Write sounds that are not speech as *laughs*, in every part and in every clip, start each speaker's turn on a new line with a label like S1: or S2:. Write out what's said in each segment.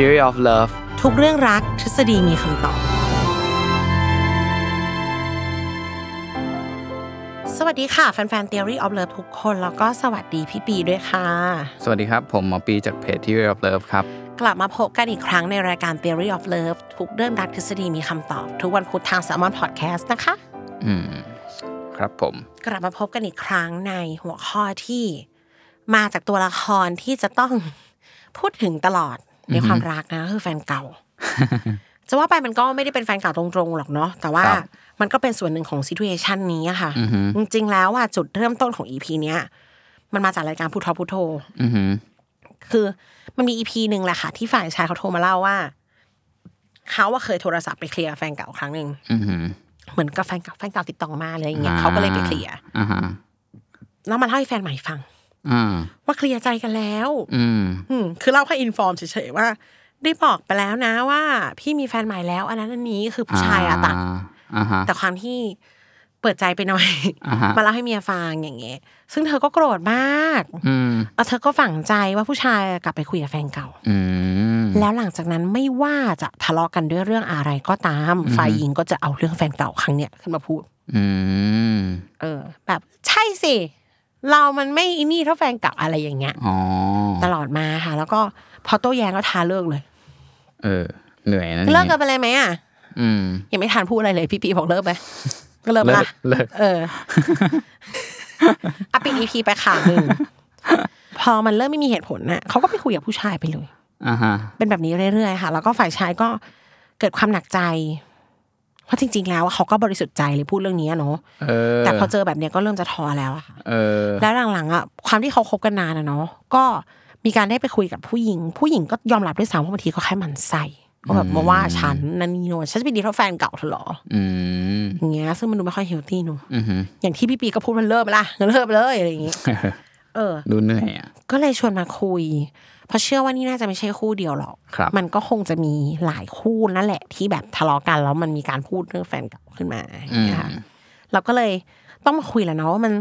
S1: Theory of Love
S2: ทุกเรื่องรักทฤษฎีมีคำตอบ สวัสดีค่ะ แฟนๆ Theory of Love ทุกคน แล้วก็สวัสดีพี่ปีด้วยค่ะ
S1: สวัสดีครับ ผมหมอปีจากเพจ Theory of Love ครับ
S2: กลับมาพบกันอีกครั้งในรายการ Theory of Love ทุกเรื่องรักทฤษฎีมีคำตอบ ทุกวันพุธทาง s ามอนพอดแคสต์นะคะ
S1: อืม ครับผม
S2: กลับมาพบกันอีกครั้งในหัวข้อที่มาจากตัวละครที่จะต้อง พูดถึงตลอดในความรักนะก็คือแฟนเก่า
S1: *laughs*
S2: จะว่าไปมันก็ไม่ได้เป็นแฟนเก่าตรงๆหรอกเนาะแต่ว่า
S1: ครับ
S2: มันก็เป็นส่วนหนึ่งของซีทูเอชันนี้อะค่ะ จริงๆแล้วอ่ะจุดเริ่มต้นของอีพีเนี้ยมันมาจากรายการพูทอพูทโท
S1: อือหือ
S2: คือมันมีอีพีหนึ่งแหละค่ะ ที่ฝ่ายชายเขาโทรมาเล่าว่าเขาว่าเคยโทรศัพท์ไปเคลียร์กับแฟนเก่าครั้งหนึ่ง
S1: อือหือ
S2: เหมือนกับแฟนเก่าแฟนเก่าติดต่อมาเลยอย่างเงี้ย
S1: อ่า
S2: เขาก็เลยไปเคลียร์
S1: อ่าฮะ
S2: แล้วมาเล่าให้แฟนใหม่ฟัง
S1: อ่า
S2: ว่าเคลียร์ใจกันแล้ว
S1: อืม
S2: อืมคือเล่าแค่อินฟอร์มเฉยๆว่า ได้บอกไปแล้วนะว่า พี่มีแฟนใหม่แล้ว อันนั้นอันนี้คือผู้ชายอะตัด
S1: อ่าฮะ
S2: แต่ความที่เปิดใจไปหน่อย
S1: อ่าฮะ
S2: มาเล่าให้เมียฟังอย่างเงี้ยซึ่งเธอก็โกรธมาก
S1: อืม
S2: แล้วเธอก็ฝังใจว่าผู้ชายกลับไปคุยกับแฟนเก่า
S1: อืม
S2: แล้วหลังจากนั้นไม่ว่าจะทะเลาะกันด้วยเรื่องอะไรก็ตาม ฝ่ายหญิงก็จะเอาเรื่องแฟนเก่าครั้งเนี้ยขึ้นมาพูด
S1: อืม
S2: เออ แบบใช่สิ เรามันไม่อินี่เท่าแฟนเก่าอะไรอย่างเงี้ย
S1: อ๋อ
S2: ตลอดมาค่ะ แล้วก็พอโต้แย้งก็ทาเลิกเลย
S1: เออ เหนื่อยนะนี่
S2: เลิกกันไปเลยไหมอ่ะ
S1: อืม
S2: ยังไม่ทันพูดอะไรเลยพี่ปีบอกเลิกไป ก็เลิกปะละ
S1: เลิกเลิก
S2: เอออ่ะปิดอีพีไปค่ะหนึ่งพอมันเริ่มไม่มีเหตุผลน่ะเขาก็ไปคุยกับผู้ชายไปเลย
S1: อ่าฮะ
S2: เป็นแบบนี้เรื่อยๆค่ะ แล้วก็ฝ่ายชายก็เกิดความหนักใจ เพราะจริง ๆ แล้วเขาก็บริสุทธิ์ใจเลยพูดเรื่องนี้อะเนาะ
S1: เออ
S2: แต่พอเจอแบบเนี้ยก็เริ่มจะท้อแล้วอะค่ะ
S1: เออ
S2: แล้วหลังๆอ่ะความที่เขาคบกันนานอะเนาะก็มีการได้ไปคุยกับผู้หญิง ผู้หญิงก็ยอมรับด้วยซ้ำว่าบางทีเขาแค่หมันไส้ก็แบบมาว่าฉันนันนี่โนนฉันจะไปดีเท่าแฟนเก่าเธอเหรอ
S1: อืม
S2: อย่างเงี้ยซึ่งมันดูไม่ค่อยเฮลตี้เนาะ
S1: *laughs* อือหือ
S2: อย่างที่พี่ปีก็พูดมันเลิกไปละเลิกไปเลยอะไรอย่างเงี้ยเออ
S1: ดูเหนื่อยอ่ะ
S2: ก็เลยชวนมาคุย เพราะเชื่อว่านี่น่าจะไม่ใช่คู่เดียวหรอก
S1: ครับ
S2: มันก็คงจะมีหลายคู่นั่นแหละ ที่แบบทะเลาะกันแล้วมันมีการพูดเรื่องแฟนเก่าขึ้นมาอย่างเงี้ยค่ะเราก็เลยต้องมาคุยแล้วเนาะว่ามัน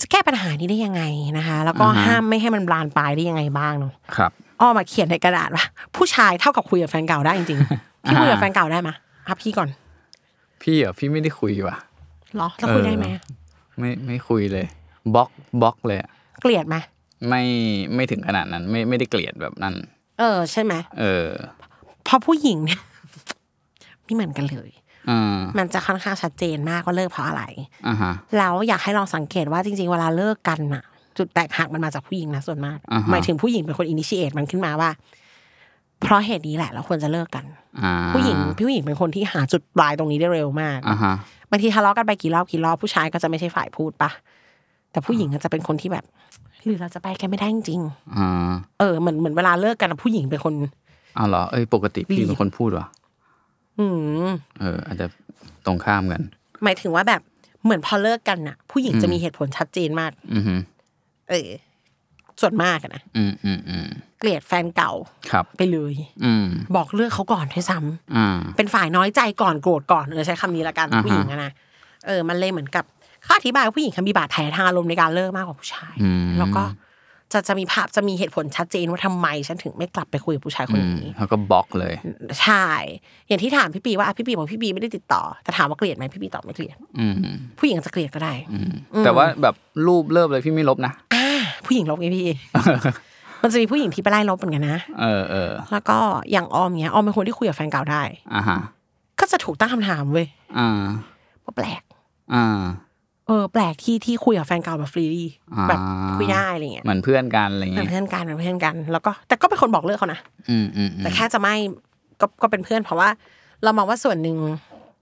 S2: จะแก้ปัญหานี้ได้ยังไงนะคะ แล้วก็ห้ามไม่ให้มันบานปลายได้ยังไงบ้างเนาะ
S1: ครับ
S2: อ้อมาเขียนในกระดาษว่าผู้ชายเท่ากับคุยกับแฟนเก่าได้จริงๆพี่คุยกับแฟนเก่าได้ไหมยอ่ะพี่ก่อน
S1: พี่อ่ะพี่ไม่ได้คุยว่ะ
S2: เหรอแล้วคุยได้ไหม
S1: เออ ไม่ไม่คุยเลยบล็อกบล็อกเลยอะ
S2: เกลียดไหมย
S1: ไม่ไม่ถึงขนาดนั้น ไม่ไม่ได้เกลียดแบบนั้น
S2: เออใช่ไหมย
S1: เออ
S2: เพราะผู้หญิงเนี่ย *laughs* ไม่เหมือนกันเลย
S1: อ่า
S2: มันจะค่อนข้างชัดเจนมากว่าเลิกเพราะอะไร
S1: อ่าฮะ
S2: แล้วอยากให้ลองสังเกตว่าจริง ๆ เวลาเลิกกันน่ะ จุดแตกหักมันมาจากผู้หญิงนะส่วนมาก
S1: อ่าฮะ
S2: หมายถึงผู้หญิงเป็นคนอินิชิเอตมันขึ้นมาว่า เพราะเหตุนี้แหละเราควรจะเลิกกัน
S1: อ่า
S2: ผู้หญิงผู้หญิงเป็นคนที่หาจุดปลายตรงนี้ได้เร็วมาก
S1: อ่าฮะ
S2: บางทีทะเลาะกันไปกี่รอบกี่รอบผู้ชายก็จะไม่ใช่ฝ่ายพูดปะแต่ผู้หญิงก็จะเป็นคนที่แบบหรือเราจะไปกันไม่ได้จริง
S1: อ่า
S2: ๆเออเหมือนเหมือนเวลาเลิกกันอะผู้หญิงเป็นคน
S1: เอาเหรอ เอ้ย ปกติพี่เป็นคนพูดว่ะ
S2: อืม
S1: เออ อาจจะตรงข้ามกัน
S2: หมายถึงว่าแบบเหมือนพอเลิกกันน่ะ ผู้หญิงจะมีเหตุผลชัดเจนมาก
S1: อือฮึ
S2: เออส่วนมากอะนะ
S1: อืมอืมอืม
S2: เกลียดแฟนเก่า
S1: ครับ
S2: ไปเลย
S1: อืม
S2: บอกเลือกเขาก่อนด้วยซ้ำ
S1: อ่า
S2: เป็นฝ่ายน้อยใจก่อนโกรธก่อนเออใช้คำนี้ละกัน
S1: อ่าฮะ
S2: ผู้หญิงอะนะเออมันเลยเหมือนกับเขาอธิบายว่าผู้หญิงเขามีบาดแผลทางอารมณ์ในการเลิกมากกว่าผู้ชาย แล้วก็ จะจะมีภาพจะมีเหตุผลชัดเจนว่าทำไมฉันถึงไม่กลับไปคุยกับผู้ชายคน
S1: อืม
S2: นี้
S1: แล้วก็บล็อกเลย
S2: ใช่ อย่างที่ถามพี่ปีว่าอ่ะพี่ปีบอกพี่ปีไม่ได้ติดต่อ แต่ถามว่าเกลียดไหมพี่ปีตอบไม่เกลียด
S1: อืม
S2: ผู้หญิงอาจจะเกลียดก็ได้
S1: แต่ว่าแบบรูปเลิฟเลยพี่ไม่ลบนะ
S2: อ่า ผู้หญิงลบไงพี่ *laughs* มันจะมีผู้หญิงที่ไปไล่ลบเหมือนกันนะ
S1: เออเออ
S2: แล้วก็อย่างออมเนี้ยออมเป็นคนที่คุยกับแฟนเก่าได้
S1: อ่าฮะ
S2: ก็จะถูกตั้งคำถามเว้ย
S1: อ่า
S2: ว่าแปลก
S1: อ่า
S2: เออ แปลกที่ที่คุยกับแฟนเก่าแบบฟรีดี
S1: อ่า
S2: แบบคุยได้อะไรเงี้ย
S1: เหมือนเพื่อนกันอะไร
S2: เป็น
S1: เงี้ย
S2: เพื่อนกันเป็นเพื่อนกัน แล้วก็แต่ก็เป็นคนบอกเลิกเขานะ
S1: อืมอืมอืม
S2: แต่แค่จะไม่ก็ก็เป็นเพื่อนเพราะว่า เรามองว่าส่วนหนึ่ง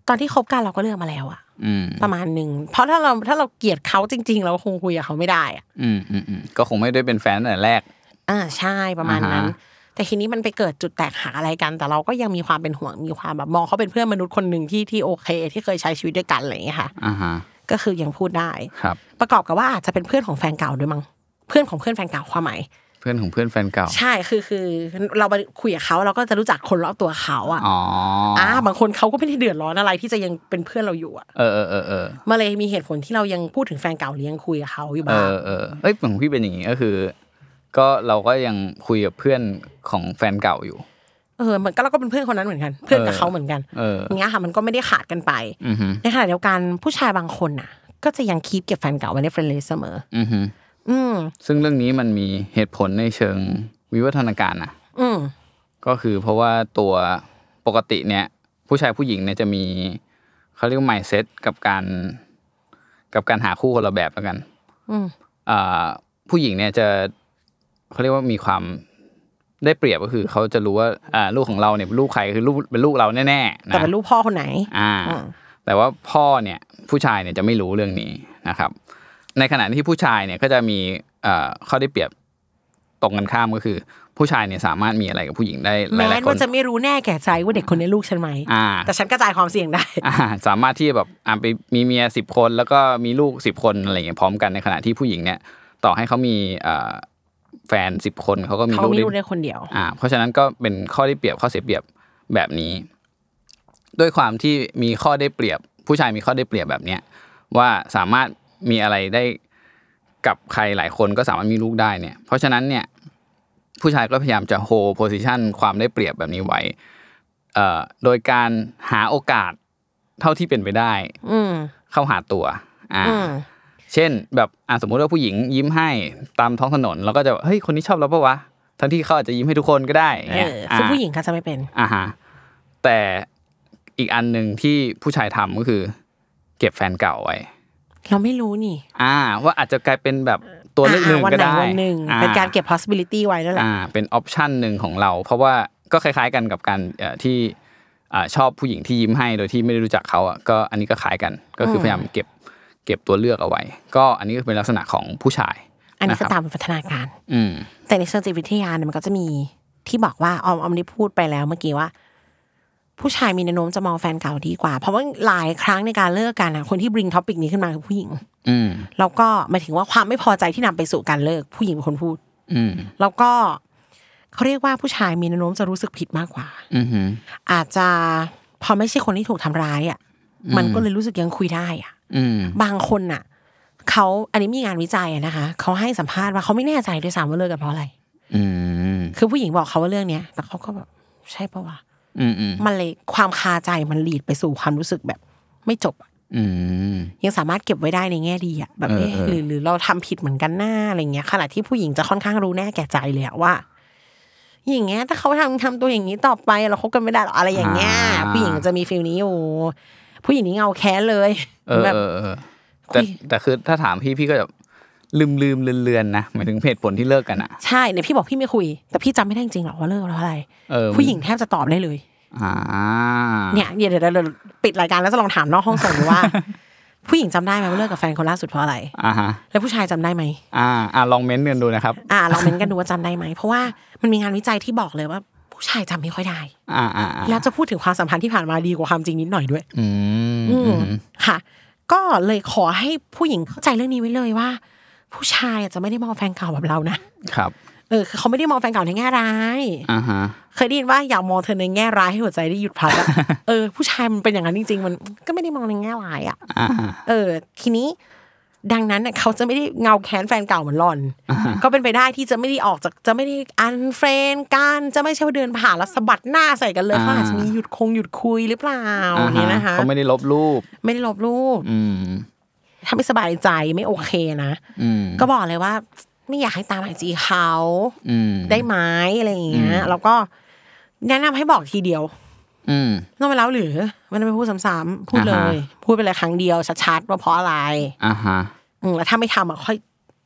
S2: ตอนที่คบกันเราก็เลือกมาแล้วอะ
S1: อืม
S2: ประมาณหนึ่งเพราะถ้าเราถ้าเราเกลียดเขาจริง ๆ เราคงคุยกับเขาไม่ได้อะ
S1: อืมอืมอืมก็คงไม่ได้เป็นแฟนตั้งแต่แรก
S2: อ่าใช่ประมาณนั้น
S1: อ่าฮะ
S2: แต่ทีนี้มันไปเกิดจุดแตกหักอะไรกัน แต่เราก็ยังมีความเป็นห่วงมีความแบบมองเขาเป็นเพื่อนมนุษย์คนหนึ่งที่ที่โอเค ที่เคยใช้ชีวิตด้วยกันอะไรอย่างเงี้ยค่ะ
S1: อ่าฮะ
S2: ก็คือยังพูดได้
S1: ครับ
S2: ประกอบกับว่าอาจจะเป็นเพื่อนของแฟนเก่าด้วยมั้งเพื่อนของเพื่อนแฟนเก่าความหมาย
S1: เพื่อนของเพื่อนแฟนเก่า
S2: ใช่คือคือเราไปคุยกับเขาเราก็จะรู้จักคนรอบตัวเขาอะ
S1: อ๋อ
S2: อ่าบางคนเขาก็ไม่ได้เดือดร้อนอะไรที่จะยังเป็นเพื่อนเราอยู่อ่ะ
S1: เออเออเออเออ
S2: มาเลยมีเหตุผลที่เรายังพูดถึงแฟนเก่าหรือยังคุยกับเขาอยู่
S1: เอ
S2: บ้าง
S1: อเออเอ้ยของพี่เป็นอย่างนี้ก็คือ ก็เราก็ยังคุยกับเพื่อนของแฟนเก่าอยู่
S2: เออเหมือนก็เราก็เป็นเพื่อนคนนั้นเหมือนกัน เพื่อนกับเขาเหมือนกัน
S1: เออ
S2: ย่างเงี้ยค่ะมันก็ไม่ได้ขาดกันไป
S1: อือฮึ
S2: ในขณะเดียวกันผู้ชายบางคนน่ะ ก็จะยังคีบเก็บแฟนเก่าไว้ในเฟรนด์ลิสต์เสมอ
S1: อือฮึ
S2: อืม
S1: ซึ่งเรื่องนี้มันมีเหตุผลในเชิงวิวัฒนาการนะ
S2: อืม
S1: ก็คือเพราะว่าตัวปกติเนี่ย ผู้ชายผู้หญิงเนี่ยจะมีเขาเรียกว่า mindset กับการ กับการหาคู่คนละแบบแล้วกัน
S2: อืม
S1: อ่าผู้หญิงเนี่ยจะเขาเรียกว่ามีความได้เปรียบก็คือเขาจะรู้ว่าอ่าลูกของเราเนี่ยเป็นลูกใครคือลูกเป็นลูกเราแน่ๆ
S2: แต่
S1: นะ
S2: เป็นลูกพ่อคนไหน
S1: อ่า
S2: อืม
S1: แต่ว่าพ่อเนี่ยผู้ชายเนี่ยจะไม่รู้เรื่องนี้นะครับ ในขณะที่ผู้ชายเนี่ยก็จะมีเอ่อข้อได้เปรียบตรงกันข้ามก็คือ ผู้ชายเนี่ยสามารถมีอะไรกับผู้หญิงได้ห
S2: แม้
S1: ลายๆค
S2: ว่าน จะไม่รู้แน่แก่ใจว่าเด็กคนนี้ลูกฉันไหม
S1: อ่า
S2: แต่ฉันกระจายความเสี่ยงได้
S1: อ่าสามารถที่แบบอ่าไปมีเมียสิบคนแล้วก็มีลูกสิบคนอะไรอย่างเงี้ยพร้อมกันในขณะที่ผู้หญิงเนี่ย ต่อให้เขามีเอ่อแฟนสิบคนเขาก็มี
S2: เขา
S1: ลูก
S2: มี
S1: ได้
S2: ลูกได้คนเดียว
S1: อ่า เพราะฉะนั้นก็เป็นข้อได้เปรียบข้อเสียเปรียบแบบนี้ ด้วยความที่มีข้อได้เปรียบ ผู้ชายมีข้อได้เปรียบแบบเนี้ยว่าสามารถมีอะไรได้กับใครหลายคนก็สามารถมีลูกได้เนี่ย เพราะฉะนั้นเนี่ย ผู้ชายก็พยายามจะโฮโพสิชันความได้เปรียบแบบนี้ไว้เอ่อโดยการหาโอกาสเท่าที่เป็นไปได้
S2: อืม
S1: เข้าหาตัวอ่า
S2: อืม
S1: เช่นแบบอ่าสมมุติว่าผู้หญิงยิ้มให้ตามท้องถนนเราก็จะเฮ้ยคนนี้ชอบเราปะวะทั้งที่เขาอาจจะยิ้มให้ทุกคนก็ได้ย่าง
S2: เอ
S1: เงี้ย
S2: อ
S1: อ่า
S2: ซึ่งผู้หญิงเขาจะไม่เป็น
S1: อ่าฮะแต่อีกอันหนึ่งที่ผู้ชายทำก็คือ เก็บแฟนเก่าไว้
S2: เราไม่รู้นี่
S1: อ่า ว่าอาจจะกลายเป็นแบบตัวเลือกหนึ่ง
S2: อ่า
S1: ก็ได้
S2: วันไหนวันหนึ่ง
S1: อ่
S2: เป็นการเก็บ possibility ไว้นั่นแหละ
S1: อ่าเป็นออปชันหนึ่งของเรา เพราะว่าก็คล้าย ๆกันกับการเอ่อที่อ่าชอบผู้หญิงที่ยิ้มให้โดยที่ไม่ได้รู้จักเขาอ่ะก็อันนี้ก็คล้ายกันก็คือพยายามเก็บเก็บตัวเลือกเอาไว้ ก็อันนี้ก็เป็นลักษณะของผู้ชาย
S2: อันนี้
S1: นะครั
S2: คือบ ตามพัฒนาการ
S1: อืม
S2: แต่ในเชิงจิตวิทยาเนี่ยมันก็จะมีที่บอกว่าออมออมได้พูดไปแล้วเมื่อกี้ว่า ผู้ชายมีแนวโน้มจะมองแฟนเก่าดีกว่า เพราะว่าหลายครั้งในการเลิกกันอะคนที่ bring topic นี้ขึ้นมาคือผู้หญิง
S1: อืม
S2: แล้วก็หมายถึงว่าความไม่พอใจที่นำไปสู่การเลิก ผู้หญิงเป็นคนพูด
S1: อืม
S2: แล้วก็เขาเรียกว่าผู้ชายมีแนวโน้มจะรู้สึกผิดมากกว่า
S1: อืม
S2: อาจจะพอไม่ใช่คนที่ถูกทำร้ายอ่ะมันก็เลยรู้สึกยังคุยได้อ่ะ
S1: อืม
S2: บางคนน่ะเขาอันนี้มีงานวิจัยอะนะคะเขาให้สัมภาษณ์ว่าเขาไม่แน่ใจด้วยซ้ำว่าเลิกกันเพราะอะไร
S1: อืม
S2: คือผู้หญิงบอกเขาว่าเรื่องเนี้ยแต่เขาก็แบบใช่ปะวะ
S1: อืมอืม
S2: มันเลยความคาใจมันหลีดไปสู่ความรู้สึกแบบ ไม่จบอะ
S1: อืม
S2: ยังสามารถเก็บไว้ได้ในแง่ดีอะแบบเอ๊ะ
S1: เออเออ
S2: หรือหรือเราทำผิดเหมือนกันหน้าอะไรเงี้ยขณะที่ผู้หญิงจะค่อนข้างรู้แน่แก่ใจเลยอะว่า อย่างเงี้ยถ้าเขาทำทำตัวอย่างนี้ต่อไปเราคบกันไม่ได้หรอกอะไรอย่างเงี้ยผู้หญิงจะมีฟีลนี้อยู่ผู้หญิงนี่เงาแค้นเลย
S1: เออ
S2: แบบ
S1: เออเออแต่
S2: คุย
S1: แต่คือถ้าถามพี่พี่ก็จะลืมลืมเลือนเลือนๆนะหมายถึงเหตุผลที่เลิกกันอ่ะ
S2: ใช่เนี่ยพี่บอกพี่ไม่คุย แต่พี่จำไม่ได้จริงๆหรอกว่าเลิกเพราะอะไร
S1: เออ
S2: ผู้หญิงแทบจะตอบได้เลย
S1: อ่า
S2: เนี่ยเดี๋ยวเดี๋ยวเดี๋ยวปิดรายการแล้วจะลองถามนอกห้องส่งดูว่า *laughs* ผู้หญิงจำได้ไหมว่าเลิกกับแฟนคนล่าสุดเพราะอะไร
S1: อ่าฮะ
S2: แล้วผู้ชายจำได้ไหม
S1: อ่าอ่าลองเม้นต์กันดูนะครับ
S2: อ่าลองเม้นกันดูว่าจำได้ไหมเพราะว่ามันมีงานวิจัยที่บอกเลยว่า ผู้ชายจำไม่ค่อยได้
S1: อ่าอ่าอ่า
S2: แล้วจะพูดถึงความสัมพันธ์ที่ผ่านมาดีกว่าความจริงนิดหน่อยด้วย
S1: อืม
S2: อื
S1: อื
S2: ม
S1: ม
S2: ค่ะ ก็เลยขอให้ผู้หญิงเข้าใจเรื่องนี้ไว้เลยว่า ผู้ชายอาจจะไม่ได้มองแฟนเก่าแบบเรานะครับ เออคือเขาไม่ได้มองแฟนเก่าในแง่ร้าย
S1: อ่าฮะ
S2: เคยได้ยินว่าอย่ามองเธอในแง่ร้ายให้หัวใจได้หยุดพักอะ
S1: *laughs*
S2: เออผู้ชายมันเป็นอย่างนั้นจริง ๆ มันก็ไม่ได้มองในแง่ร้ายอะ
S1: อ่า
S2: เออ ทีนี้ ดังนั้นน่ะเขาจะไม่ได้เงาแค้นแฟนเก่าเหมือนหลอน ก็เป็นไปได้ที่จะไม่ได้ออกจากจะไม่ได้อันเฟรนกันจะไม่ใช่ว่าเดินผ่านแล้วสะบัดหน้าใส่กันเลย
S1: อ่า
S2: เขาอาจจะมีหยุดคงหยุดคุยหรือเปล่าเนี่ยนะคะ
S1: เขาไม่ได้ลบรูป
S2: ไม่ได้ลบรูป
S1: อืม
S2: ถ้าไม่สบายใจไม่โอเคนะ
S1: อืม
S2: ก็บอกเลยว่า ไม่อยากให้ตามไอจีเขา
S1: อืม
S2: ได้ไหมอะไรอย่างเงี้ยแล้วก็แนะนำให้บอกทีเดียว
S1: อืม
S2: ต้องไปแล้วหรือมันไม่พูดซ้ำๆพูดเล
S1: อ่าฮะ
S2: ย พูดไปเลยครั้งเดียวชัดๆว่าเพราะอะไร
S1: อ่าฮะ
S2: อืมแล้วถ้าไม่ทำอ่ะค่อย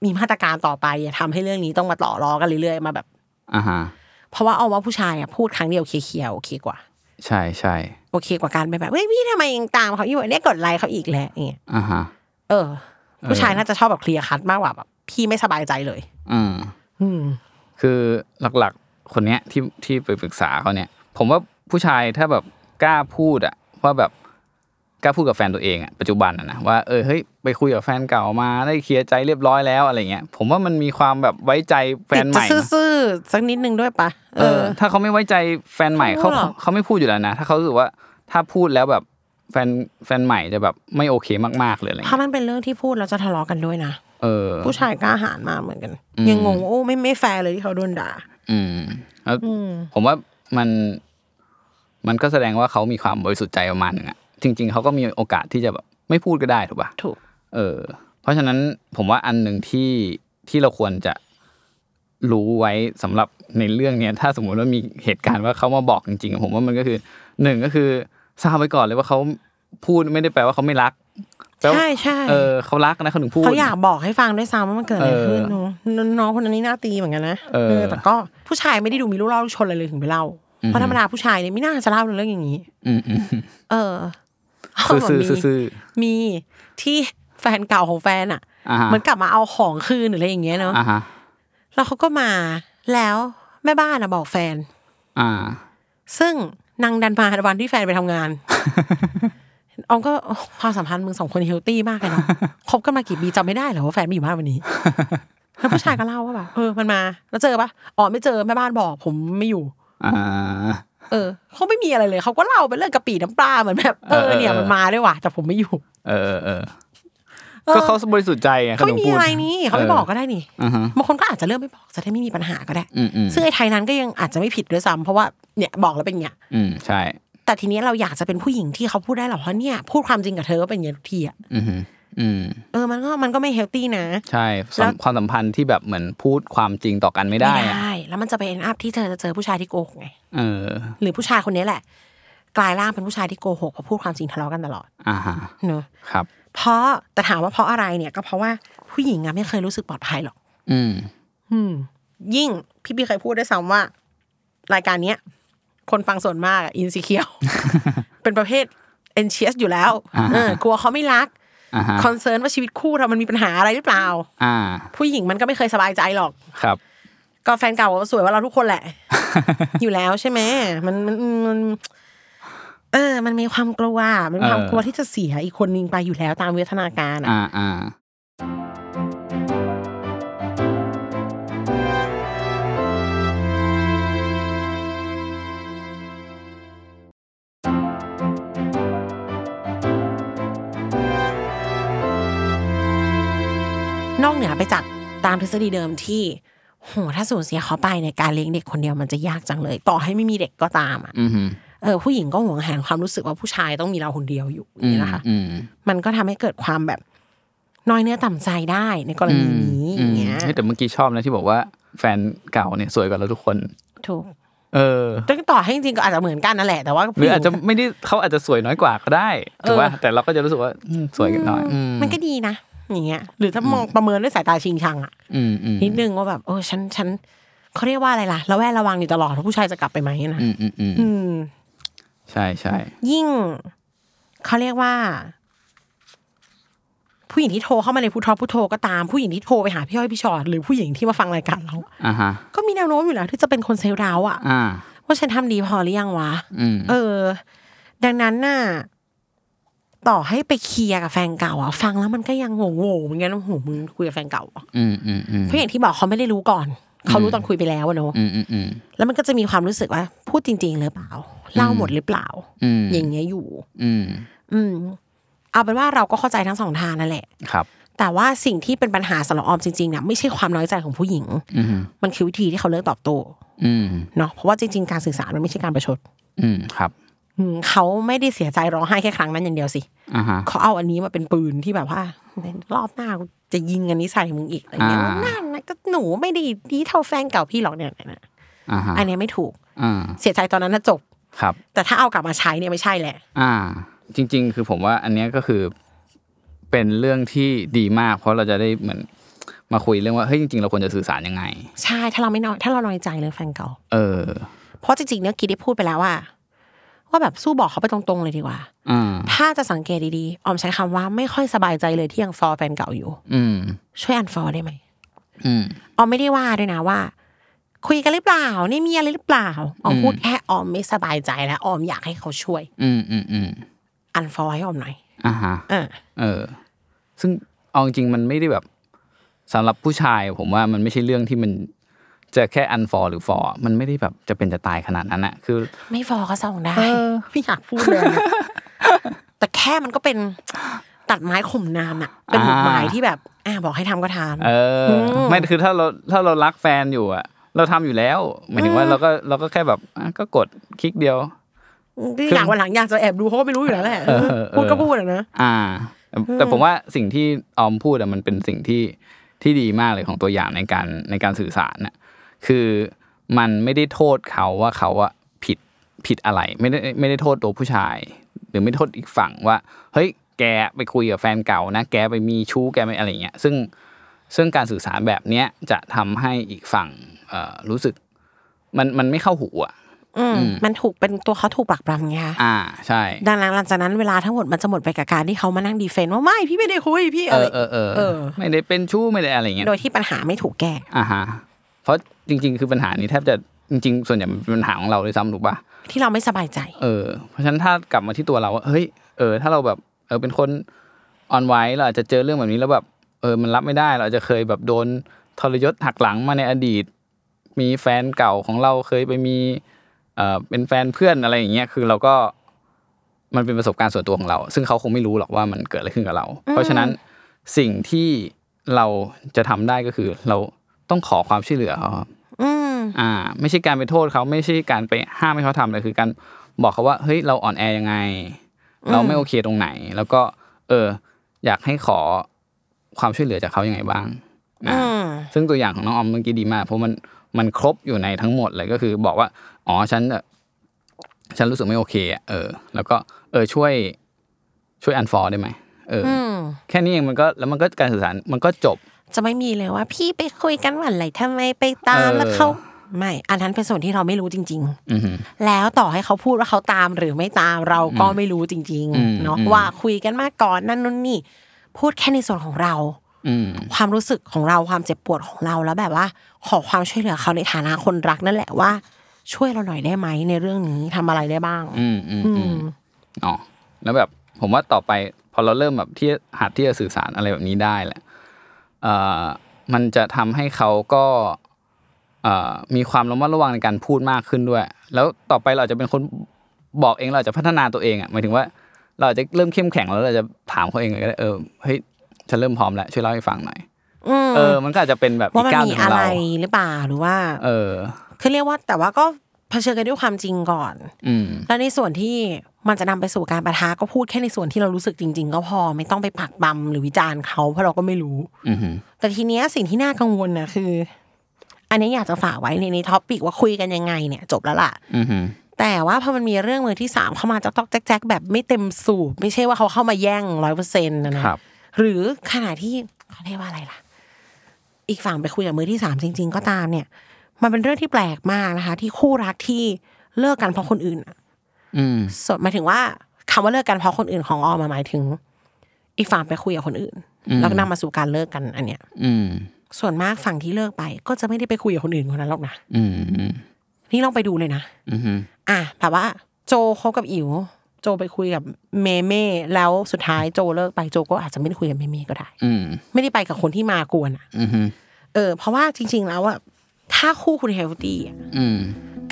S2: มีมาตรการต่อไปอย่าทำให้เรื่องนี้ต้องมาต่อรองกันเรื่อยๆมาแบบ
S1: อ่าฮะ
S2: เพราะว่าเอาว่าผู้ชายอ่ะพูดครั้งเดียวเคลียร์ๆโอเคกว่า
S1: ใช่ใช่
S2: โอเคกว่าการไปแบบเฮ้ยพี่ทำไมยังตามเขาอยู่เนี่ยกดไลค์เขาอีกแล้วอย่างเงี้ย
S1: อ่าฮะ
S2: เออ ผู้ชายน่าจะชอบแบบเคลียร์คัดมากกว่าแบบพี่ไม่สบายใจเลย
S1: อืม
S2: อืม
S1: คือหลักๆ คนเนี้ยที่ที่ไปปรึกษาเขาเนี่ย ผมว่าผู้ชายถ้าแบบกล้าพูดอะว่าแบบกล้าพูดกับแฟนตัวเองอะปัจจุบันอะนะว่าเออเฮ้ยไปคุยกับแฟนเก่ามาได้เคลียร์ใจเรียบร้อยแล้วอะไรเงี้ยผมว่ามันมีความแบบไว้ใจแฟนใหม่
S2: ติดจะ
S1: นะ
S2: ซื่อๆสักนิดนึงด้วยปะ
S1: เออ ถ้าเขาไม่ไว้ใจแฟนใหม่
S2: ไม่รู้
S1: เขา
S2: หรอก
S1: เขาไม่พูดอยู่แล้วนะถ้าเขารู้สึกว่าถ้าพูดแล้วแบบแฟนแฟนใหม่จะแบบไม่โอเคมากๆเลยอะไร
S2: เพราะ
S1: เงี้ย
S2: มันเป็นเรื่องที่พูดแล้วจะทะเลาะกันด้วยนะ
S1: เออ
S2: ผู้ชายกล้าหาญมากเหมือนกัน ยังงงว่าโอ้ไม่ไม่แฟร์เลยที่เขาโดนด่า
S1: อืมแล้วผมว่ามันมันก็แสดงว่าเขามีความบริสุทธิ์ใจประมาณหนึงอะจริง ๆเขาก็มีโอกาสที่จะแบบไม่พูดก็ได้ถูกป่ะ
S2: ถูก
S1: เออ เพราะฉะนั้นผมว่าอันหนึ่งที่ที่เราควรจะรู้ไว้สำหรับในเรื่องเนี้ย ถ้าสมมุติว่ามีเหตุการณ์ว่าเขามาบอกจริงๆผมว่ามันก็คือหนึ่งก็คือทราบไว้ก่อนเลยว่าเขาพูดไม่ได้แปลว่าเขาไม่รักแปลว่า
S2: ใช่ใช่
S1: เออเขารักนะเขาถึงพูด
S2: เขาอยากบอกให้ฟังด้วยซ้ำว่ามันเกิดอะไร
S1: เออ
S2: ขึ้นเนอะน้องคนนั้นนี่น่าตีเหมือนกันนะ
S1: เออ
S2: เออแต่ก็ผู้ชายไม่ได้ดูมีลูกเล่าลูกชนอะไรเลยถึงไปเล่าเพราะธรรมดาผู้ชายเนี่ยไม่น่าจะเล่าเรื่องอย่างนี้
S1: อืมอืม
S2: เออ
S1: ซื่อ
S2: แบบ
S1: ซื่อ
S2: มี
S1: ซื่อ
S2: มีที่แฟนเก่าของแฟนอ่ะ
S1: อ่าฮะ
S2: เหมันกลับมาเอาของคืนหรืออะไรอย่างเงี้ยเนาะ
S1: อ่าฮะ
S2: แล้วเขาก็มาแล้วแม่บ้านอะบอกแฟน
S1: อ่า
S2: ซึ่งนางดันมาวันที่แฟนไปทำ
S1: *laughs*
S2: งาน ออมก็โอ้ความสัมพันธ์มึงสองคนเฮลตี้มากเลยเนาะ
S1: *laughs*
S2: คบกันมากี่ปีจำไม่ได้เหรอว่าแฟนไม่อยู่บ้านวันนี้ แล้วผู้ชายก็เล่าว่าแบบเออมันมา แล้วเจอปะอ๋อไม่เจอแม่บ้านบอกผมไม่อยู่
S1: อ่า
S2: เออเขาไม่มีอะไรเลยเขาก็เล่าเป็นเรื่องกะปิน้ำปลาเหมือนแบบเอ
S1: เอ
S2: อ
S1: อ
S2: เนี่ยมันมาด้วยว่ะแต่ผมไม่อยู่
S1: เออเออเออ ก็เขาบริสุทธิ์ใจไง
S2: เขา
S1: ถึ
S2: ไม่
S1: ง
S2: มี
S1: พูด
S2: อะไรนี่เขาไม่บอกก็ได้นี่
S1: อ่าฮะ
S2: บางคนก็อาจจะเริ่มไม่บอกจะได้ไม่มีปัญหาก็ได้
S1: อืมอืม
S2: ซึ่งไอ้ไทยนั้นก็ยังอาจจะไม่ผิดด้วยซ้ำเพราะว่าเนี่ยบอกแล้วเป็นอย่างเงี้ย
S1: อืมใช่
S2: แต่ทีนี้เราอยากจะเป็นผู้หญิงที่เขาพูดได้เหรอเพราะเนี่ยพูดความจริงกับเธอว่าเป็นอย่างเงี้ยทุกทีอะ
S1: อืมฮึอืม
S2: เออ มันก็ มันก็ไม่เฮลตี้นะ
S1: ใช่สัม
S2: แล้ว
S1: ความสัมพันธ์ที่แบบเหมือนพูดความจริงต่อกันไม่ได้
S2: ไม่
S1: อะ
S2: ได้ แล้วมันจะไปเอ็นอัพที่เธอจะเจอผู้ชายที่โกหกไง
S1: เออ
S2: หรือผู้ชายคนนี้แหละ กลายร่างเป็นผู้ชายที่โกหกเพราะพูดความจริงทะเลาะกันตลอด
S1: อ่าฮะ
S2: เนอะ
S1: ครับ
S2: เพราะ แต่ถามว่าเพราะอะไรเนี่ย ก็เพราะว่าผู้หญิงอะไม่เคยรู้สึกปลอดภัยหรอก
S1: อืม
S2: ยิ่งพี่บีเคยพูดด้วยซ้ำว่า รายการเนี้ย คนฟังส่วนมากอินซิเคียว *laughs* เป็นประเภทเอนเชียสอยู่แล้ว
S1: อ่าฮะ
S2: เออกลัวเขาไม่รัก
S1: อ่าฮะ
S2: คอนเซิร์นว่าชีวิตคู่เรามันมีปัญหาอะไรหรือเปล่า
S1: อ่า
S2: ผู้หญิงมันก็ไม่เคยสบายใจหรอก
S1: ครับ *laughs*
S2: ก็แฟนเก่าก็สวยกว่าเราทุกคนแหละ อยู่แล้วใช่ไหมมันมันมัน เออ มันมีความกลัวมันมีความ
S1: เออ
S2: กลัวที่จะเสียอีกคนนึงไปอยู่แล้วตามเวทนาการอะ
S1: อ่าอ่า
S2: อนอกเหนือไปจากตามทฤษฎีเดิมที่โหถ้าสูญเสียเขาไปเนี่ยการเลี้ยงเด็กคนเดียวมันจะยากจังเลย ต่อให้ไม่มีเด็กก็ตามอะ
S1: อืมฮึ
S2: เออผู้หญิงก็หวงแหนความรู้สึกว่าผู้ชายต้องมีเราคนเดียวอยู่
S1: อืม
S2: นี่นะคะ
S1: อืม
S2: มันก็ทำให้เกิดความแบบน้อยเนื้อต่ำใจได้ในกรณีนี้
S1: อืม
S2: อย่างเงี้ย
S1: เฮ้ยแต่เมื่อกี้ชอบนะที่บอกว่า แฟนเก่าเนี่ยสวยกว่าเราทุกคน
S2: ถูก
S1: เออ
S2: แต่ก็ต่อให้จริงๆก็อาจจะเหมือนกันนั่นแหละแต่ว่า
S1: ห
S2: ผู้
S1: รือ
S2: หญิง
S1: อาจจะไม่ได้เขาอาจจะสวยน้อยกว่าก็ได้ถูกป่ะแต่เราก็จะรู้สึกว่าอืมสวยกันน้อยอืม
S2: มันก็ดีนะอย่างเงี้ยหรือถ้ามองประเมินด้วยสายตาชิงชังอะ
S1: อืมอืม
S2: นิดนึงว่าแบบเออฉันฉันเขาเรียกว่าอะไรล่ะระแวดระวังอยู่ตลอดว่าผู้ชายจะกลับไปไหมนะ
S1: อืมอืมอืม
S2: อืม
S1: ใช่ใช่
S2: ยิ่งเขาเรียกว่า ผู้หญิงที่โทรเข้ามาในพูทอพูทโทก็ตามผู้หญิงที่โทรไปหาพี่อ้อยพี่ชอดหรือผู้หญิงที่มาฟังรายการเรา
S1: อ่าฮะ
S2: ก็มีแนวโน้มอยู่แล้วที่จะเป็นคนเซลล์ดาวอะ
S1: อ่า
S2: ว่าฉันทำดีพอหรือยังวะ
S1: อืม
S2: เออ ดังนั้นน่ะต่อให้ไปเคลียร์กับแฟนเก่าอะฟังแล้วมันก็ยังงงๆเหมือนกันว่าโหมึงคุยกับแฟนเก่าเหรอ
S1: อืมอืมอืม
S2: เพราะอย่างที่บอกเขาไม่ได้รู้ก่อน เขารู้ตอนคุยไปแล้วอะเนอะ
S1: อืมอืมอืม
S2: แล้วมันก็จะมีความรู้สึกว่า พูดจริง ๆ หรือเปล่า เล่าหมดหรือเปล่า
S1: อืม
S2: อย่างเงี้ยอยู่
S1: อืม
S2: อืม เอาเป็นว่าเราก็เข้าใจทั้งสองทางนั่นแหละ
S1: ครับ
S2: แต่ว่าสิ่งที่เป็นปัญหาสำหรับออมจริงๆเนี่ยไม่ใช่ความน้อยใจของผู้หญิง
S1: อืม
S2: มันคือวิธีที่เขาเลือกตอบโต้
S1: อืม
S2: เนาะเพราะว่าจริงๆการสื่อสารมันไม่ใช่การประชด
S1: อืมครับ
S2: อืมเขาไม่ได้เสียใจร้องไห้แค่ครั้งนั้นอย่างเดียวสิ
S1: อ่าฮะ
S2: เขาเอาอันนี้มาเป็นปืนที่แบบว่า รอบหน้ากูจะยิงอันนี้ใส่มึงอีกอะไรเงี้ย
S1: อ่า
S2: ว่านั่นนะก็หนูไม่ได้ดีเท่าแฟนเก่าพี่หรอกเนี่ยเนี่ยเนี่ย
S1: อ่าฮะ
S2: อันเนี้ยไม่ถูก
S1: อ่า
S2: เสียใจตอนนั้นนะจบ
S1: ครับ
S2: แต่ถ้าเอากลับมาใช้เนี่ยไม่ใช่แหละ
S1: อ่า จริง ๆ คือผมว่าอันเนี้ยก็คือเป็นเรื่องที่ดีมาก เพราะเราจะได้เหมือนมาคุยเรื่องว่าเฮ้ยจริงๆเราควรจะสื่อสารยังไง
S2: ใช่ถ้าเราไม่น้อยถ้าเราน้อยใจเลยแฟนเก่า
S1: เออ
S2: เพราะจริงๆเนี่ยกีได้พูดไปแล้วว่า ว่าแบบสู้บอกเขาไปตรงๆเลยดีกว่า
S1: อ่า
S2: ถ้าจะสังเกตดีๆ ออมใช้คำว่าไม่ค่อยสบายใจเลยที่ยังฟอลแฟนเก่าอยู่
S1: อืม
S2: ช่วยอันฟอลได้ไหม
S1: อืม
S2: ออมไม่ได้ว่าด้วยนะว่า คุยกันหรือเปล่าเนี่ยมีอะไรหรือเปล่าออมพูดแค่ออมไม่สบายใจและออมอยากให้เขาช่วย
S1: อืมอืมอืม
S2: อันฟอลให้ออมหน่อย
S1: อ่าฮะ
S2: เออ
S1: เออ ซึ่งเอาจริงๆมันไม่ได้แบบสำหรับผู้ชาย ผมว่ามันไม่ใช่เรื่องที่มันจะแค่อันฟอร์หรือฟอร์มันไม่ได้แบบจะเป็นจะตายขนาดนั้นอะคือ
S2: ไม่ฟอลก็ส่งได้
S1: เออ
S2: ไม่อยากพูดเลยอะ *laughs* แต่แค่มันก็เป็นตัดไม้ข่มนามอะเป็นหมุดหมายที่แบบอ่ะบอกให้ทำก็ทำ
S1: เอออไม่คือถ้าเราถ้าเรารักแฟนอยู่อะเราทำอยู่แล้วหมายถึงว่าเราก็เราก็แค่แบบอ่ะก็กดคลิกเดียว
S2: ที่หลังวันหลังอยากจะแอบดูเขาก็ไม่รู้อยู่แล้วแหละ
S1: เออเออ
S2: พูดก็พูดอะนะ
S1: อ่าแต่แต่ผมว่าสิ่งที่ออมพูดอะมันเป็นสิ่งที่ที่ดีมากเลยของตัวอย่างในการในการสื่อสารน่ะคือมันไม่ได้โทษเขาว่าเขาอะผิดผิดอะไร ไม่ได้ไม่ได้โทษตัวผู้ชาย หรือไม่โทษอีกฝั่งว่า เฮ้ยแกไปคุยกับแฟนเก่านะ แกไปมีชู้แกไปอะไรอย่างเงี้ยซึ่งซึ่งการสื่อสารแบบเนี้ยจะทำให้อีกฝั่งเอ่อรู้สึกมันมันไม่เข้าหูอะ
S2: มันถูกเป็นตัวเขาถูกปรักปรำไงคะ
S1: อ่าใช่
S2: ดังนั้นหลังจากนั้นเวลาทั้งหมดมันจะหมดไปกับการที่เขามานั่งดีเฟนต์ว่าไม่พี่ไม่ได้คุยพี่
S1: เอ
S2: อะไร
S1: อเออเออ
S2: เออ
S1: ไม่ได้เป็นชู้ไม่ได้อะไรอย่างเงี้ย
S2: โดยที่ปัญหาไม่ถูกแก้
S1: อ่าฮะเพราะจริง ๆ คือปัญหานี้แทบจะจริง ๆ ส่วนใหญ่มันเป็นปัญหาของเราด้วยซ้ำถูกป่ะ
S2: ที่เราไม่สบายใจ
S1: เออเพราะฉะนั้นถ้ากลับมาที่ตัวเราว่าเฮ้ยเออถ้าเราแบบเออเป็นคนอ่อนไหวเราอาจจะเจอเรื่องแบบนี้แล้วแบบเออมันรับไม่ได้เราอาจจะเคยแบบโดนทรยศหักหลังมาในอดีต มีแฟนเก่าของเราเคยไปมีเออเป็นแฟนเพื่อนอะไรอย่างเงี้ยคือเราก็มันเป็นประสบการณ์ส่วนตัวของเรา ซึ่งเขาคงไม่รู้หรอกว่ามันเกิดอะไรขึ้นกับเรา เพราะฉะนั้นสิ่งที่เราจะทำได้ก็คือ เราต้องขอความช่วยเหลือเขาครับ
S2: อืม
S1: อ่าไม่ใช่การไปโทษเขาไม่ใช่การไปห้ามให้เขาทำเลยคือการบอกเขาว่าเฮ้ยเราอ่อนแอยังไง เราไม่โอเคตรงไหน แล้วก็ เออ อยากให้ขอความช่วยเหลือจากเขายังไงบ้างนะ
S2: อืม
S1: ซึ่งตัวอย่างของน้องออมเมื่อกี้ดีมาก เพราะมันมันครบอยู่ในทั้งหมดเลยก็คือ บอกว่าอ๋อฉันแบบฉันรู้สึกไม่โอเคอะเออ แล้วก็เออช่วยช่วยอันฟอร์ได้ไหมเอออ
S2: อืม
S1: แค่นี้เองมันก็แล้วมันก็การสื่อสารมันก็จบ
S2: จะไม่มีเลยว่า พี่ไปคุยกันวันไหนทำไมไปตาม
S1: เออ
S2: แล้วเขาไม่อันนั้นเป็นส่วนที่เราไม่รู้จริง
S1: อือหือ
S2: ๆ แล้วต่อให้เขาพูดว่าเขาตามหรือไม่ตามเราก็ไม่รู้จริง
S1: อืม
S2: ๆ เนาะ
S1: อืม
S2: ว่าคุยกันมาก่อนนั่นนู่นนี่ พูดแค่ในส่วนของเรา
S1: อืม
S2: ความรู้สึกของเราความเจ็บปวดของเราแล้วแบบว่า ขอความช่วยเหลือเขาในฐานะคนรักนั่นแหละว่า ช่วยเราหน่อยได้ไหมในเรื่องนี้ทำอะไรได้บ้าง
S1: อืมอืม
S2: อื
S1: อื
S2: ม
S1: ม อ๋อแล้วแบบผมว่าต่อไปพอเราเริ่มแบบที่หัดที่จะสื่อสารอะไรแบบนี้ได้แหละเอ่อมันจะทำให้เขาก็เอ่อมีความระมัดระวังในการพูดมากขึ้นด้วย แล้วต่อไปเราจะเป็นคนบอกเองเราจะพัฒนาตัวเองอ่ะหมายถึงว่า เราจะเริ่มเข้มแข็งแล้วเราจะถามเขาเองเลยก็ได้เออเฮ้ยฉันเริ่มพร้อมแล้วช่วยเล่าให้ฟังหน่อย
S2: ม
S1: เออ มันก็อาจจะเป็นแบบอี
S2: ว่าก มัน
S1: ก้าวห
S2: มี
S1: นึ่งขอ
S2: อะ
S1: ง
S2: ไร
S1: เรา
S2: หรือเปล่าหรือว่า
S1: เออ
S2: คือเรียกว่าแต่ว่าก็เผชิญกันด้วยความจริงก่อน
S1: อืม
S2: แล้วในส่วนที่มันจะนำไปสู่การประทะก็พูดแค่ในส่วนที่เรารู้สึกจริง ๆ ก็พอไม่ต้องไปผลักบํหรือวิจารณ์เขาเพราะเราก็ไม่รู้
S1: อืม
S2: แต่ทีเนี้ยสิ่งที่น่ากังวลนะคือ อันนี้อยากจะฝากไว้ในในท็อปิกว่าคุยกันยังไงเนี่ย จบแล้วล่ะ
S1: อืม
S2: แต่ว่าพอมันมีเรื่องมือที่สามเข้ามาจะต้องแจ๊กๆแบบไม่เต็มสูบ ไม่ใช่ว่าเขาเข้ามาแย่งร้อยเปอร์เซ็นต์นะนะครับ หรือขณะที่เขาเรียกว่าอะไรล่ะ อีกฝั่งไปคุยกับมือที่สามจริง ๆ ก็ตามเนี่ย มันเป็นเรื่องที่แปลกมากนะคะ ที่คู่รักที่เลิกกันเพราะคนอื่นอะ
S1: อืม
S2: ส่วนหมายถึงว่าคำว่าเลิกกันเพราะคนอื่นของออมอะหมายถึง อีกฝั่งไปคุยกับคนอื่น แล้วก็นำมาสู่การเลิกกันอันเนี้ย
S1: อืม
S2: ส่วนมากฝั่งที่เลิกไป ก็จะไม่ได้ไปคุยกับคนอื่นคนนั้นหรอกนะ
S1: อืม
S2: นี่ลองไปดูเลยนะ
S1: อืม
S2: อ่ะแบบว่าโจคบกับอิ๋วโจไปคุยกับเมเม่แล้วสุดท้ายโจเลิกไปโจก็อาจจะไม่ได้คุยกับเมเม่ก็ได้
S1: อืม
S2: ไม่ได้ไปกับคนที่มากวนอ่ะ
S1: อืมฮึ
S2: เออเพราะว่าจริง ๆ แล้วอ่ะถ้าคู่คุณเฮลตี้อะ
S1: อืม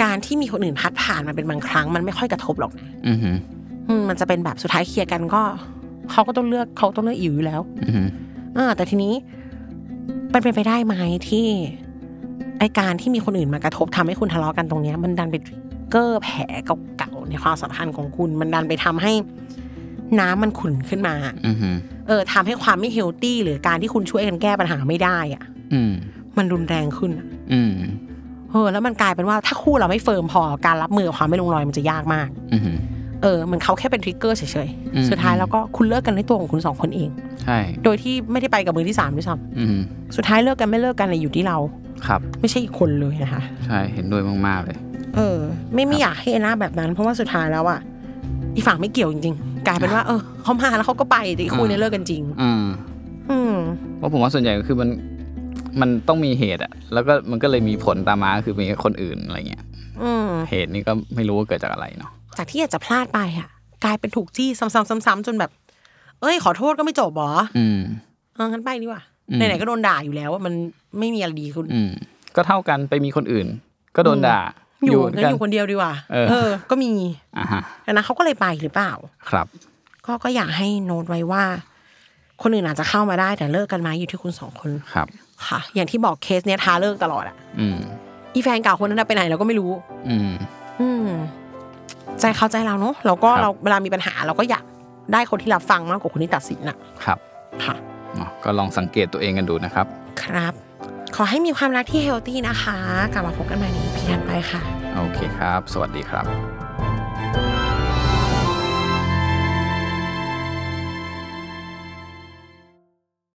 S2: การที่มีคนอื่นพัดผ่านมันเป็นบางครั้งมันไม่ค่อยกระทบหรอกนะ
S1: อืมฮึ
S2: อืมมันจะเป็นแบบสุดท้ายเคลียร์กันก็เขาก็ต้องเลือกเขาต้องเลือกอิ๋วอยู่แล้ว
S1: อืมฮึ
S2: เ เออแต่ทีนี้มันเป็นไปได้ไหมที่ไอการที่มีคนอื่นมากระทบทำให้คุณทะเลาะกันตรงเนี้ย มันดันไปทริกเกอร์แผลเก่าๆในความสัมพันธ์ของคุณ มันดันไปทำให้น้ำมันขุ่นขึ้นมา
S1: อือหือ
S2: เออทำให้ความไม่เฮลตี้หรือการที่คุณช่วยกันแก้ปัญหาไม่ได้อะ
S1: อืม
S2: มันรุนแรงขึ้นอะ
S1: อืม
S2: เออแล้วมันกลายเป็นว่าถ้าคู่เราไม่เฟิร์มพอการรับมือกับความไม่ลงรอยมันจะยากมาก
S1: อือหือ
S2: เออเหมือนเขาแค่เป็นทริกเกอร์เฉย
S1: อืม
S2: ๆ สุดท้ายแล้วก็คุณเลิกกันด้วยตัวของคุณสองคนเอง
S1: ใช่
S2: โดยที่ไม่ได้ไปกับมือที่สามด้วยซ้
S1: อือหือ
S2: ำสุดท้ายเลิกกันไม่เลิกกันเลยอยู่ที่เรา
S1: ครับ
S2: ไม่ใช่อีกคนเลยนะคะ
S1: ใช่เห็นด้วยมากๆเลย
S2: เออ ไม่ไม่อยากให้เอน่าแบบนั้น เพราะว่าสุดท้ายแล้วอ่ะอีฝั่งไม่เกี่ยวจริงๆ กลายเป็นว่าเออเขามาแล้วเขาก็ไปแต่อีกคู่เนี่ยเลิกกันจริง
S1: อืม
S2: อืม
S1: เพราะผมว่าส่วนใหญ่ก็คือมันมันต้องมีเหตุอะแล้วก็มันก็เลยมีผลตามมาคือมีคนอื่นอะไรเงี้ย
S2: อืม
S1: เหตุนี้ก็ไม่รู้ว่าเกิดจากอะไรเนาะ
S2: จากที่อาจจะพลาดไปอ่ะ กลายเป็นถูกจี้ซ้ำๆซ้ำๆจนแบบ เอ้ย ขอโทษก็ไม่จบหรอ
S1: อืม
S2: เอองั้นไปดีกว่า
S1: อืม
S2: ไหนๆก็โดนด่าอยู่แล้วว่ามันไม่มีอะไรดีคุณ
S1: อืมก็เท่ากันไปมีคนอื่น ก็โดนด่า
S2: อยู่
S1: ด้ว
S2: งั้นอยู่คนเดียวดีกว่า
S1: เออ
S2: ก็มี
S1: อ่าฮะ
S2: อันนั้นเขาก็เลยไปหรือเปล่า
S1: ครับ
S2: ก็ก็อยากให้โน้ตไว้ว่า คนอื่นอาจจะเข้ามาได้แต่เลิกกันไหมอยู่ที่คุณสองคน
S1: ครับ
S2: ค่ะ อย่างที่บอกเคสเนี้ยท้าเลิกตลอดอ่ะ
S1: อืม
S2: อีแฟนเก่าคนนั้นนะไปไหนเราก็ไม่รู้
S1: อืม
S2: อืม ใจเขาใจเราเนอะเราก็
S1: ครับ
S2: เราเวลามีปัญหาเราก็อยากได้คนที่รับฟังมากกว่าคนที่ตัดสินน่ะ
S1: ครับ
S2: ค่ะ
S1: เนาะก็ลองสังเกตตัวเองกันดูนะครับ
S2: ครับ ขอให้มีความรักที่เฮลตี้นะคะ กลับมาพบกันใหม่ใน EP ถัดไปค่ะ
S1: โอเคครับ สวัสดีครับ